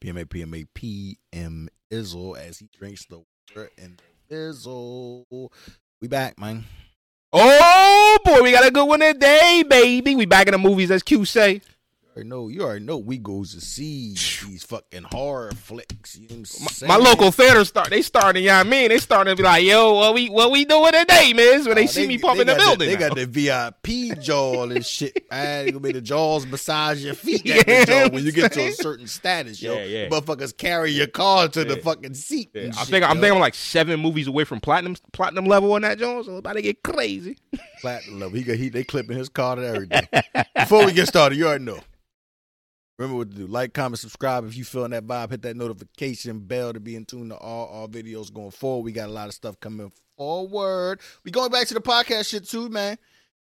PMA PMA PM Izzle as he drinks the water and the Izzle. We back, man. Oh boy, we got a good one today, baby. We back in the movies, as Q say. You already know, you already know we goes to see these fucking horror flicks. You know what I'm saying? My local theater start. They starting, you know what I mean? They starting to be like, yo, what we what we doing today, man? When they Oh, see me pop in the got building. they now. got the VIP jaw and shit. Man, it gonna be the jaws beside your feet. Yeah, That the jaw when you I'm get to a saying. certain status, yo. Yeah, yeah. Motherfuckers carry your car to the Yeah. fucking seat. Yeah, and I shit, think I'm yo. thinking I'm like seven movies away from platinum platinum level on that Jones. So about to get crazy. platinum level. He got he they clipping his car and everything. Before we get started, you already know. Remember what to do. Like, comment, subscribe if you feeling that vibe. Hit that notification bell to be in tune to all our videos going forward. We got a lot of stuff coming forward. We going back to the podcast shit too, man.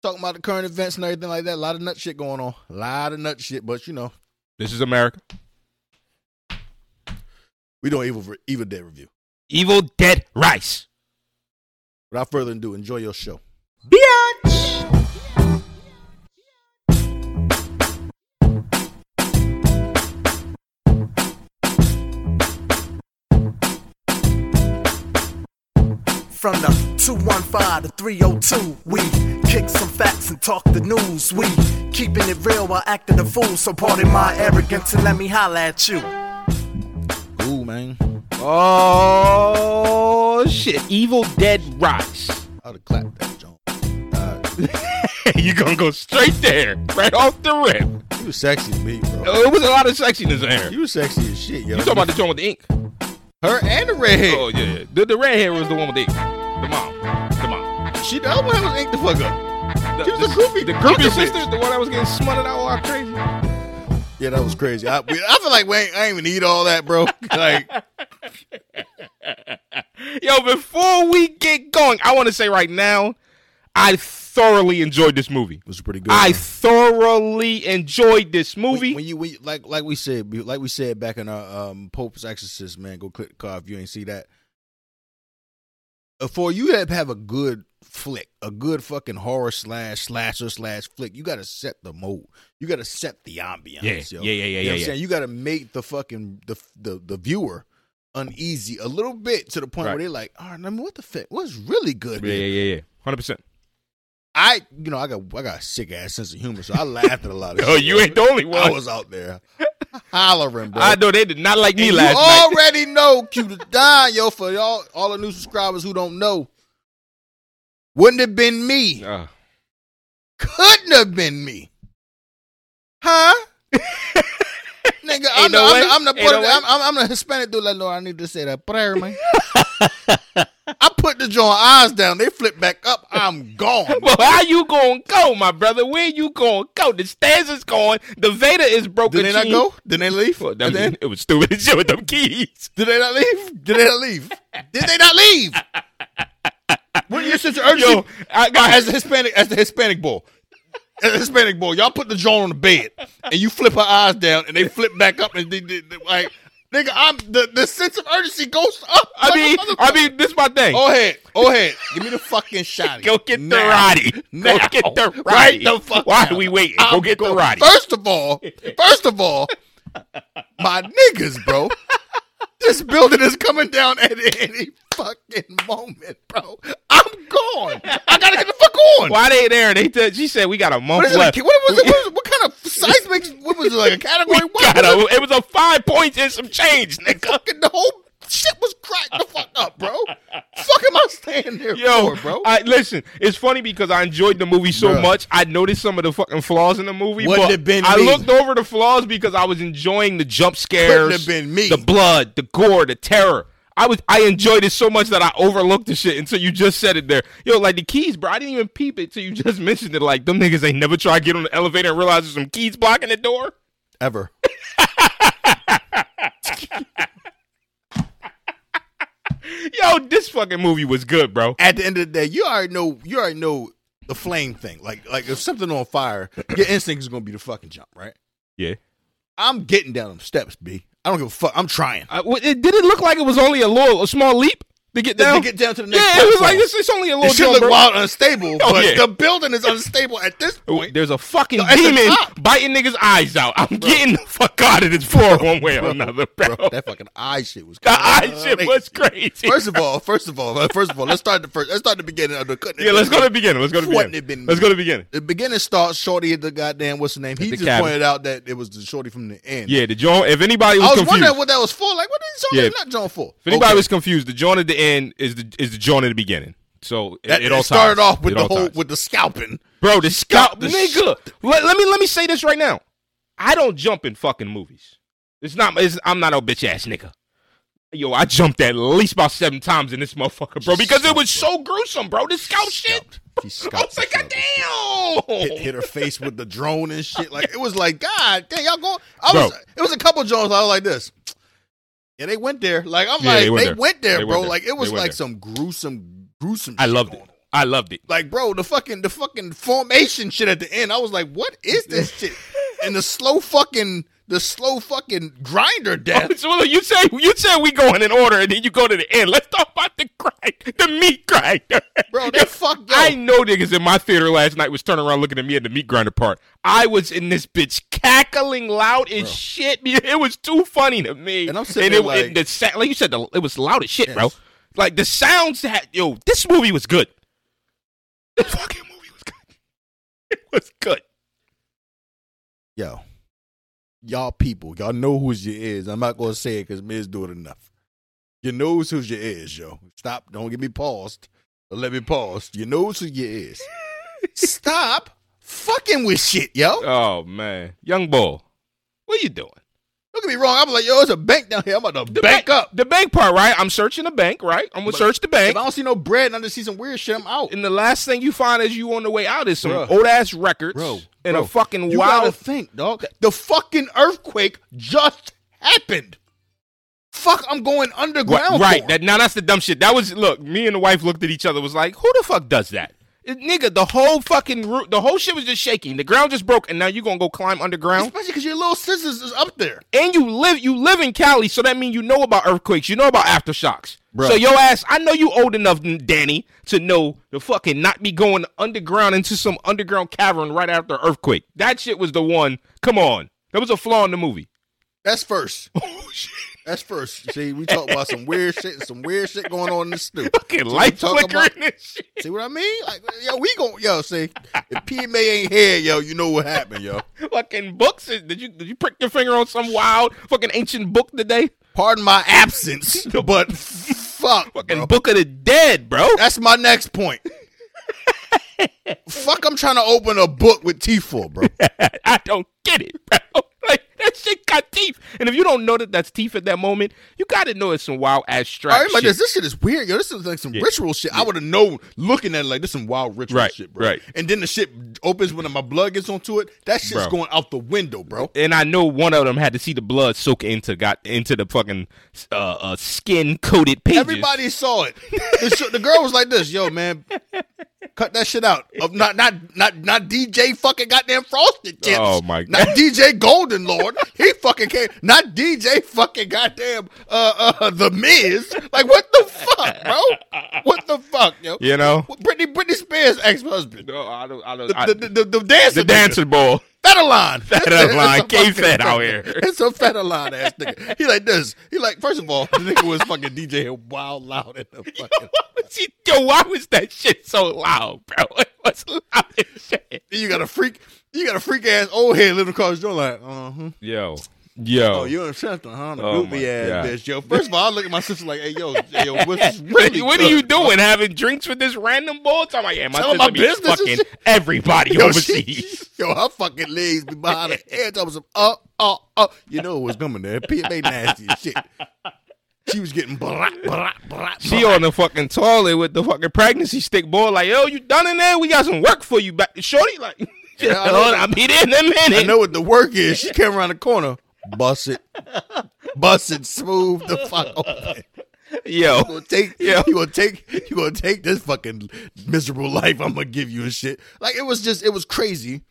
Talking about the current events and everything like that. A lot of nut shit going on. A lot of nut shit, but you know, This is America. we don't even even day review. Evil Dead Rice. Without further ado, enjoy your show. From the 215 to 302, we kick some facts and talk the news. We keeping it real while acting a fool. So pardon my arrogance and let me holla at you. Ooh, man. Oh shit. Evil Dead Rice. I'd have clapped that, John. you gonna go straight there. Right off the rip. You was sexy to me, bro. Oh, It was a lot of sexiness in here. You was sexy as shit, yo. You talking about the joint with the ink? her and the redhead. Oh yeah, yeah. The, the red hair was the one with the ink. The mom, the mom. She the other one that was ink the fuck up. The, She was a groupie. The groupie Fucking sister, bitch. the one that was getting smothered out all crazy. Yeah, that was crazy. I, we, I feel like we ain't, I ain't even need all that, bro. Like, Yo, before we get going, I want to say right now, I thoroughly enjoyed this movie. was pretty good. I man. thoroughly enjoyed this movie. When, when you when you- like like we said be- like we said back in our um, Pope's Exorcist, man, go click the car if you ain't see that. Uh, For you to have a good flick, a good fucking horror slash slasher slash flick, you got to set the mood. You got to set the ambiance. Yeah, yo. yeah, You know what yeah, yeah, yeah, I'm yeah. saying you got to make the fucking the the the viewer uneasy a little bit to the point Right. where they're like, all right, I mean, what the fuck? What's really good? yeah, here?" yeah, yeah, yeah, hundred percent. I you know I got I got a sick ass sense of humor, so I laughed at a lot of. Oh, shit, you yo. ain't the only one. I was out there hollering, bro. I know they did not like me And last you night. already know Q to die, yo. For y'all, all the new subscribers who don't know, wouldn't have been me. Uh, Couldn't have been me, huh? Nigga, I'm, Ain't the, no I'm, way. the, I'm the Ain't Puerto- no way. I'm, I'm, I'm the Hispanic dude. Like, Lord, I need to say that prayer, man. I put the joint eyes down. They flip back up. I'm gone. well, how you gonna go, my brother? Where you gonna go? The stanza's gone. The Veda is broken. Did they not Gene. go? Did they leave? Well, Did that- they- it was stupid as shit with them keys. Did they not leave? Did they not leave? Did they not leave? What your sense of urgency? Yo, oh, I Uh, got as the Hispanic, as the Hispanic boy, as the Hispanic boy, y'all put the joint on the bed and you flip her eyes down and they flip back up and they, they, they- like, nigga, I'm the, the sense of urgency goes up. I mean, I mean, this my thing. go ahead, go ahead, give me the fucking shot. Oh, Go get the Now. Roddy. Now. Go get the Roddy. oh, Right the fuck Why now. are we waiting? I'm Go get the going- Roddy. First of all, first of all, my niggas, bro. This building is coming down at any fucking moment, bro. I'm gone. I gotta get the fuck on. Why they there? They t- she said we got a month What, is it, left. what was it? What, was, what kind of seismic? What was it like a category? We one? got a, it was a five points and some change, nigga. Fucking the whole shit was cracked the fuck up, bro. fuck am I standing there Yo, for, bro? I, listen, it's funny because I enjoyed the movie so Bruh. much. I noticed some of the fucking flaws in the movie, Wouldn't but have been I me. looked over the flaws because I was enjoying the jump Couldn't scares, have been me. the blood, the gore, the terror. I was I enjoyed it so much that I overlooked the shit until you just said it there. Yo, like the keys, bro. I didn't even peep it till you just mentioned it. Like them niggas ain't never try to get on the elevator and realize there's some keys blocking the door. Ever. Yo, this fucking movie was good, bro. At the end of the day, you already know. You already know the flame thing. Like, like if something on fire, your instinct is gonna be to fucking jump, right? Yeah. I'm Oh, getting down them steps, b. I don't give a fuck. I'm trying. Uh, w- it, did it look like it was only a little, a small leap? to get Then down. to get down to the yeah, next it was platform. like it's, it's only a little. It should jump, look bro. wild unstable, Oh, but yeah. the building is unstable at this point. There's a fucking Yo, at the demon top. biting niggas' eyes out. I'm getting the fuck out of this floor one way or another, bro. Bro, that fucking eye shit was the eye crazy. shit was crazy. First of all, first of all, uh, first of all, let's start the first. Let's start the beginning of the cutting. yeah, let's go to the beginning. Let's go to the Wouldn't beginning. it been- let's go to the beginning. The beginning starts. Shorty at the goddamn what's the name? He the just cabin. pointed out that it was the shorty from the end. Yeah, the joint. If anybody was, I was confused, wondering what that was for. Like, what is John? Yeah. Not John for. if anybody Okay. was confused, the joint at the end is the is the joint at the beginning. So it, that, it all ties. started off with It the all whole ties. with the scalping. bro. The scalp, the nigga. let, let me let me say this right now. I don't jump in fucking movies. It's not. It's, I'm not a bitch ass nigga. Yo, I jumped at least about seven times in this motherfucker, bro, because it was so gruesome, bro. The scalp Oh, shit. She scalped I was like, God herself. damn. Hit, hit her face with the drone and shit. Like it was like God damn, y'all go. I was. Bro. It was a couple drones. I was like this. Yeah, they went there. Like I'm Yeah, like they they went went there. there, They bro. went there. Like it was They went like there. some gruesome, gruesome. I shit loved going it. on. I loved it. Like bro, the fucking the fucking formation shit at the end. I was like, what is this shit? And the slow fucking the slow fucking Oh, grinder death. So look, you say you say we going in order, and then you go to the end. Let's talk about the grind, the meat grinder, Bro, they fuck- yo. I know niggas in my theater last night was turning around looking at me at the meat grinder part. I was in this bitch cackling loud as shit. It was too funny to me. And I'm sitting it, there it- like- the sa- like you said, the, it was loud as shit, bro. Yes. Like the sounds that yo, this movie was good. This fucking movie was good. It was good. yo, y'all people, y'all know who's your is. I'm not gonna say it because Miz do it enough. You knows who's your is, yo. Stop. Don't get me paused. Don't let me pause. You knows who you is. Stop fucking with shit, yo. Oh man, young bull, what you doing? Don't get me wrong. I'm like, yo, it's a bank down here. I'm about to The bank up. The bank part, right? I'm searching the bank, right? I'm gonna search the If bank. I don't see no bread and I just see some weird shit, I'm out. And the last thing you find as you on the way out is some Bruh. old ass records Bro, and a bro, fucking You gotta wild. think, dog. The fucking earthquake just happened. Fuck, I'm going underground. right. for. That now that's the dumb shit. That was look. Me and the wife looked at each other. Was like, who the fuck does that? It- nigga, the whole fucking roo- the whole shit was just shaking. The ground just broke, and now you gonna go climb underground. Especially because your little sisters is up there. And you live you live in Cali, so that means you know about earthquakes. You know about aftershocks. Bruh. So your ass, I know you old enough, Danny, to know to fucking not be going underground into some underground cavern right after earthquake. That shit was the one. Come on, that was a flaw in the movie. That's first. Oh shit! That's first. See, we talk about some weird shit and some weird shit going on in the stew. Fucking life talk flickering about- and shit. See what I mean? Like, yo, we gon' yo see if PMA ain't here, yo, you know what happened, yo. Fucking books. Did you did you prick your finger on some wild fucking ancient book today? Pardon my absence, but fuck, Fucking bro. Book of the Dead, bro. That's my next point. fuck, I'm trying to open a book with T four, bro. I don't get it, bro. Like that shit got teeth, and if you don't know that that's teeth at that moment, you gotta know it's some wild abstract I like shit. this. This shit is weird, yo. This is like some ritual shit. I would have known looking at it like this some wild ritual Right, shit, bro. right. And then the shit opens when my blood gets onto it. That shit's Bro. going out the window, bro. and I know one of them had to see the blood soak into got into the fucking uh, uh, skin coated pages. Everybody saw it. The, sh- the girl was like this, yo, man, cut that shit out. Of not not not not DJ fucking goddamn Frosted Tips. Oh, my Not DJ Golden Lord. He fucking came. Not DJ fucking goddamn uh uh the Miz. Like what the fuck, bro? What the fuck, yo? you know. Britney Britney Spears ex husband. No, I don't. I don't. I- The, the, the, the dancer, the dancer boy. Federline, Federline. It's a fucking K-Fed out Federline. here. It's a Federline ass nigga. He like this. He like first of all, the nigga was fucking DJ wild loud in the fucking. Was he- Yo, why was that shit so loud, bro? It was loud as shit. Then you got a freak. You got a freak ass old head living across your like, uh huh. Yo, yo. Oh, you in Shelton, huh? The Oh, oh my goopy ass God. bitch. Yo, first of all, I look at my sister like, hey, yo, yo, what's What- really? what are good? you doing? Having drinks with this random bull? I'm like, yeah, my, Tell sister my be business and fucking shit. everybody Yo, overseas. she- yo, her fucking legs be behind her head. I was like, uh, uh, uh. You know what's coming there. PMA nasty as shit. She was getting blah, blah, blah, She on the fucking toilet with the fucking pregnancy stick, boy. Like, yo, you done in there? We got some work for you, back, shorty. Like, Yeah, I know hold on, I'll be there in a I minute. know what the work is. She came around the corner, bust it, bust it, smooth the fuck open. You Yo, gonna take, Yeah. you gonna take, you gonna take this fucking miserable life. I'm gonna give you a shit. Like it was just, it was crazy,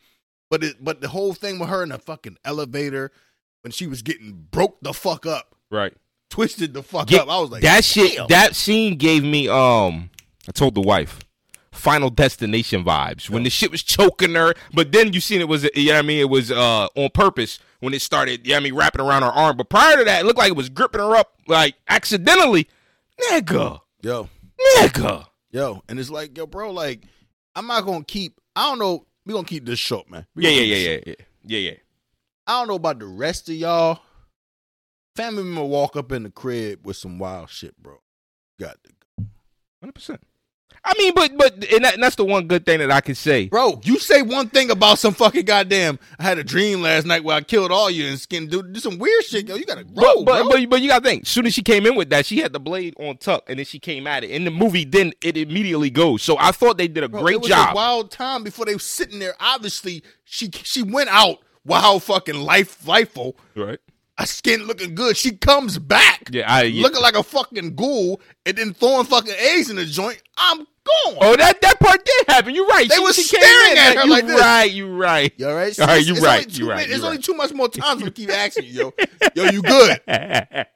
but it, but the whole thing with her in the fucking elevator when she was getting broke the fuck up. right. twisted the fuck Get- up. I was like, that shit. damn. That scene gave me. Um, I told the wife. Final Destination vibes when the shit was choking her, but then you seen it was, you know what I mean? It was uh on purpose when it started, you know what I mean, wrapping around her arm. But prior to that, it looked like it was gripping her up like accidentally. Nigga, yo, nigga, yo, and it's like, yo, bro, like I'm not gonna keep. I don't know. We gonna keep this short, man. We yeah, gonna yeah, keep this yeah, yeah, yeah, yeah, yeah. I don't know about the rest of y'all. Family member walk up in the crib with some wild shit, bro. Got to go. Hundred percent. I mean, but but and, that, and that's the one good thing that I can say. Bro, you say one thing about some fucking goddamn. I had a dream last night where I killed all you and skinned dude. Do some weird shit, yo. You gotta grow, But, but, bro. but but you gotta think. Soon as she came in with that, she had the blade on tuck, and then she came at it. In the movie, then it immediately goes. So I thought they did a Bro, it great was job. A wild time before they was sitting there. Obviously, she she went out wild fucking life lifeful. right? Her skin looking good. She comes back, Yeah, I- yeah. looking like a fucking ghoul, and then throwing fucking eggs in the joint. I'm gone. Oh, that that part did happen. You're right. They was staring at her you like this. right. You right. You all right? All right, It's- you it's right, only two you right, minutes- you There's only right. too much more times we keep asking you, yo. Yo, you good?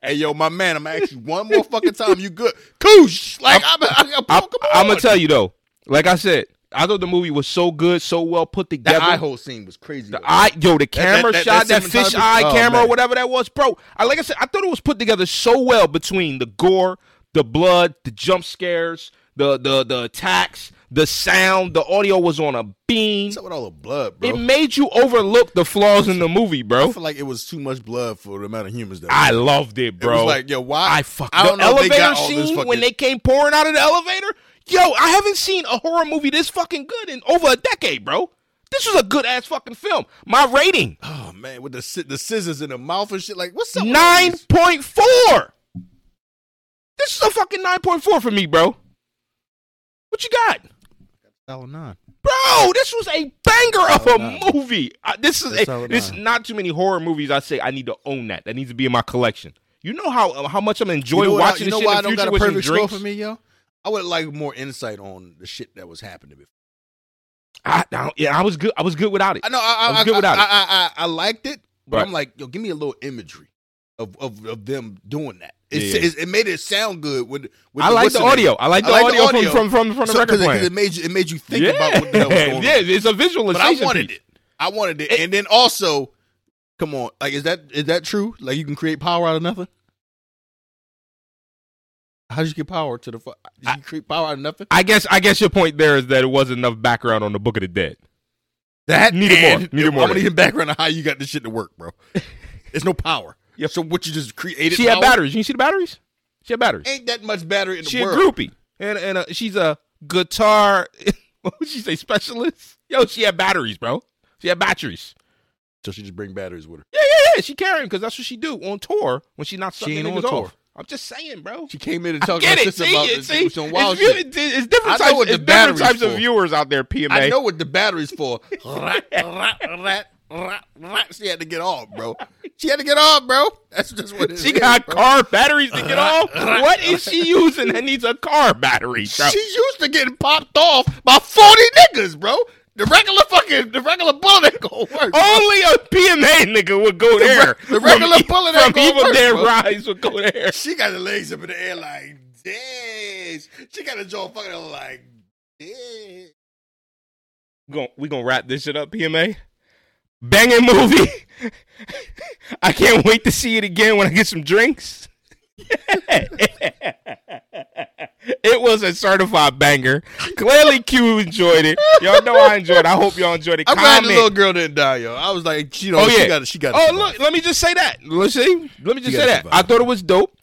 hey, yo, my man, I'm gonna ask you one more fucking time. You good? Koosh, like I'm, I'm, I'm, I, come on. I'm gonna tell you though. Like I said, I thought the movie was so good, so well put The together. eye hole scene was crazy. The eye, yo, the camera that- shot, that that, fish cinematography- eye oh, camera, man. or whatever that was, bro. I like I said, I thought it was put together so well between the gore, the blood, the jump scares, the the the attacks, the sound, the audio was on a beam. What's up with all the blood, bro? It made you overlook the flaws in the movie, I bro. feel like it was too much blood for the amount of humans that. I loved it, it bro. was like, yo, why? I fuck I don't the know. if they elevator got all this scene fucking, when they came pouring out of the elevator. Yo, I haven't seen a horror movie this fucking good in over a decade, bro. This was a good ass fucking film. My rating. Oh man, with the sci- the scissors in the mouth and shit. Like, what's up? with all Nine these- point four. This is a fucking nine point four for me, bro. What you got, Dollar nine. bro? This was a banger of Oh, a nah. movie. I, this is That's a, all this nah. not too many horror movies. I say I need to own that. That needs to be in my collection. You know how how much I'm You enjoying know, what I, watching you know this why I shit don't in got the future a with some perfect score drinks. for me, yo? I would like more insight on the shit that was happening. Before. I, I don't, yeah, I was good. I was good without it. I know. I, I I, was good I, without I, it. I, I, I liked it, but Right. I'm like, yo, give me a little imagery of of, of them doing that. It, Yeah, s- yeah. it, it made it sound good. With, with I like what's the name. audio. I like the audio from- from- from- from the So- record 'cause it- 'cause playing. It made you. It made you think about what the hell was going on. yeah, it's a but I visualization. wanted piece. it. I wanted it. and then also, come on, like is that is that true? Like you can create power out of nothing? How did you get power to the fuck? Did you create power out of nothing? I guess. I guess your point there is that it wasn't enough background on the Book of the Dead. That Neither more. and- Neither more. I'm gonna need a background on how you got this shit to work, bro. There's no power. Yep. So what you just created? She had power? batteries. You see the batteries? She had batteries. Ain't that much battery in the She world? a groupie, and and uh, she's a guitar. what would she say? Specialist? Yo, she had batteries, bro. She had batteries. So she just bring batteries with her. Yeah, yeah, yeah. She carrying because that's what she do on tour when she not sucking ain't niggas on off. tour. I'm just saying, bro. She came in and I talked to her get it. sister See, about it, this see, shit, some wild it's, really- shit. it's, it's different I know types. what the It's different batteries types of for. viewers out there. PMA. I know what the batteries for. Rat, rat, rat, rat, rat. She had to get off, bro. She had to get off, bro. That's just what it She is, got bro. car batteries to get off. What is she using that needs a car battery? Bro? She's used to getting popped off by forty niggas, bro. The regular fucking, the regular bullet ain't gonna work. bro. Only a PMA nigga would go re- there. the regular bullet from, ain't from gonna Evil work, Dead bro. Rise would go there. She got her legs up in the air like this. She got her jaw fucking like this. We gon' we gonna wrap this shit up, PMA. Banging movie. I can't wait to see it again when I get some drinks. it was a certified banger. Clearly, Q enjoyed it. Y'all know I enjoyed. it. I hope y'all enjoyed it. I'm glad the Comment. little girl didn't die, yo. I was like, she know, Oh, yeah. she got, she got. Oh, look, let me just say that. Let's see. Let me just You gotta say that. I survive. thought it was dope.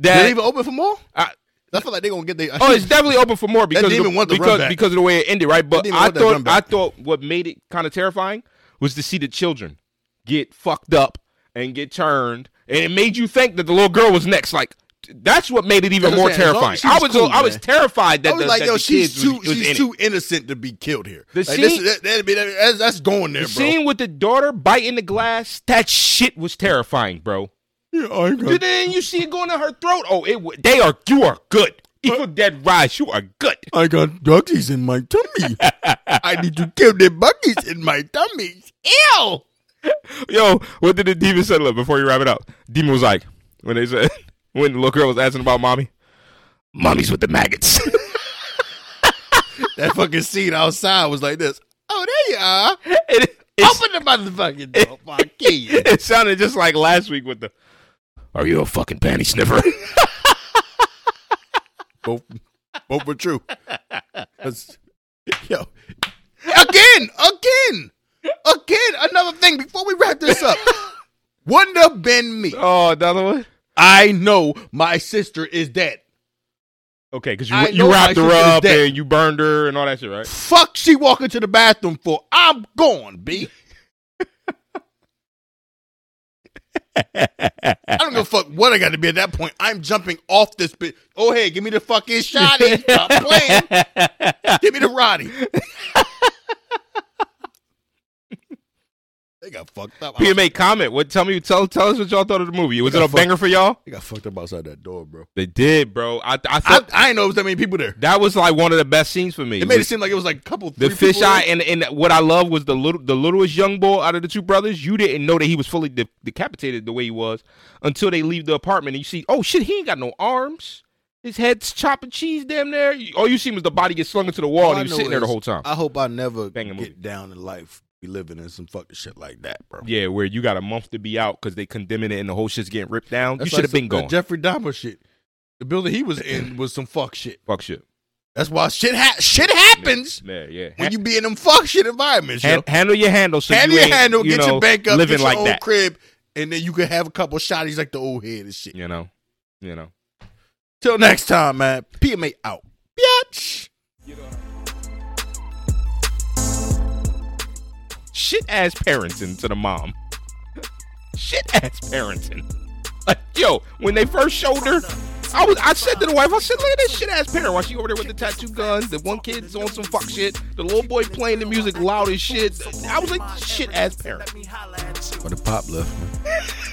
did they That even open for more? I, I feel like they gonna get they. oh, it's definitely open for more because of demon the, want the because, runback. because of the way it ended, right? But demon I want that thought I runback. thought what made it kind of terrifying was to see the children get fucked up and get turned, and it made you think that the little girl was next. Like that's what made it even That's more what I'm saying. As long terrifying. as she I was was cool, I was man. terrified that I was the, like, that yo, the she's kids too, was, was in she's it. too innocent to be killed here. The like, this, scene- that, that'd be, that, that's, that's going there, The bro. scene with the daughter biting the glass, that shit was terrifying, bro. Yeah, I ain't Dude, then you see it going in her throat. Oh, it. wa- They are. You are good. Evil Dead Rise. You are good. I got doggies in my tummy. I need to kill the buggies in my tummy. Ew! Yo, what did the demon say? Look, before you wrap it up, demon was like when they said when the little girl was asking about mommy. Mommy's with the maggots. That fucking seat outside was like this. Oh, there you are. it, it's- Open the motherfucking door, fuck you. it sounded just like last week with the. Are you a fucking panty sniffer? both, both were true. That's- yo, again, again, again. Another thing before we wrap this up. Wouldn't have been me. oh, another one. I know my sister is dead. Okay, because you I know you wrapped my her sister's up dead. and you burned her and all that shit, right? Fuck, she walking to the bathroom for. I'm gone, b. I don't give a fuck what I got to be at that point. I'm jumping off this bitch. Oh hey, give me the fucking shotty. Stop playing. Give me the Roddy. they got fucked up. I was- PMA comment. What? Tell me. Tell tell us what y'all thought of the movie. Was Yeah, it a Uh, fuck. banger for y'all? They got fucked up outside that door, bro. They did, bro. I I I, thought I didn't know it was that many people there. that was like one of the best scenes for me. It made it seem like it was like a couple. the three people fisheye there. and and what I love was the little the littlest young boy out of the two brothers. You didn't know that he was fully de- decapitated the way he was until they leave the apartment and you see, oh shit, he ain't got no arms. His head's chopping cheese damn there. You- All you see was the body get slung into the wall All Oh, and I he was know sitting there the is whole time. I hope I never Banging get movie. down in life be living in some fucking shit like that, bro. yeah, where you got a month to be out because they condemning it and the whole shit's getting ripped down. That's you like should have been some- gone. that Jeffrey Dahmer shit. The building he was in was some fuck shit. Fuck shit. That's why shit ha- shit happens Yeah, yeah. when you be in them fuck shit environments. yo. Han- handle your handle. So Handle your you ain't, handle, you get know, your bank up, living get your like own that. crib, and then you can have a couple shotties like the old head and shit. You know, you know. Till next time, man. PMA out. Bitch. shit ass parenting to the mom. Shit ass parenting. Like, yo, when they first showed her, I was I said to the wife, I said, look at this shit ass parent. Why she over there with the tattoo guns? The one kid's on some fuck shit. The little boy playing the music loud as shit. I was like, shit ass parent. But the pop left, man.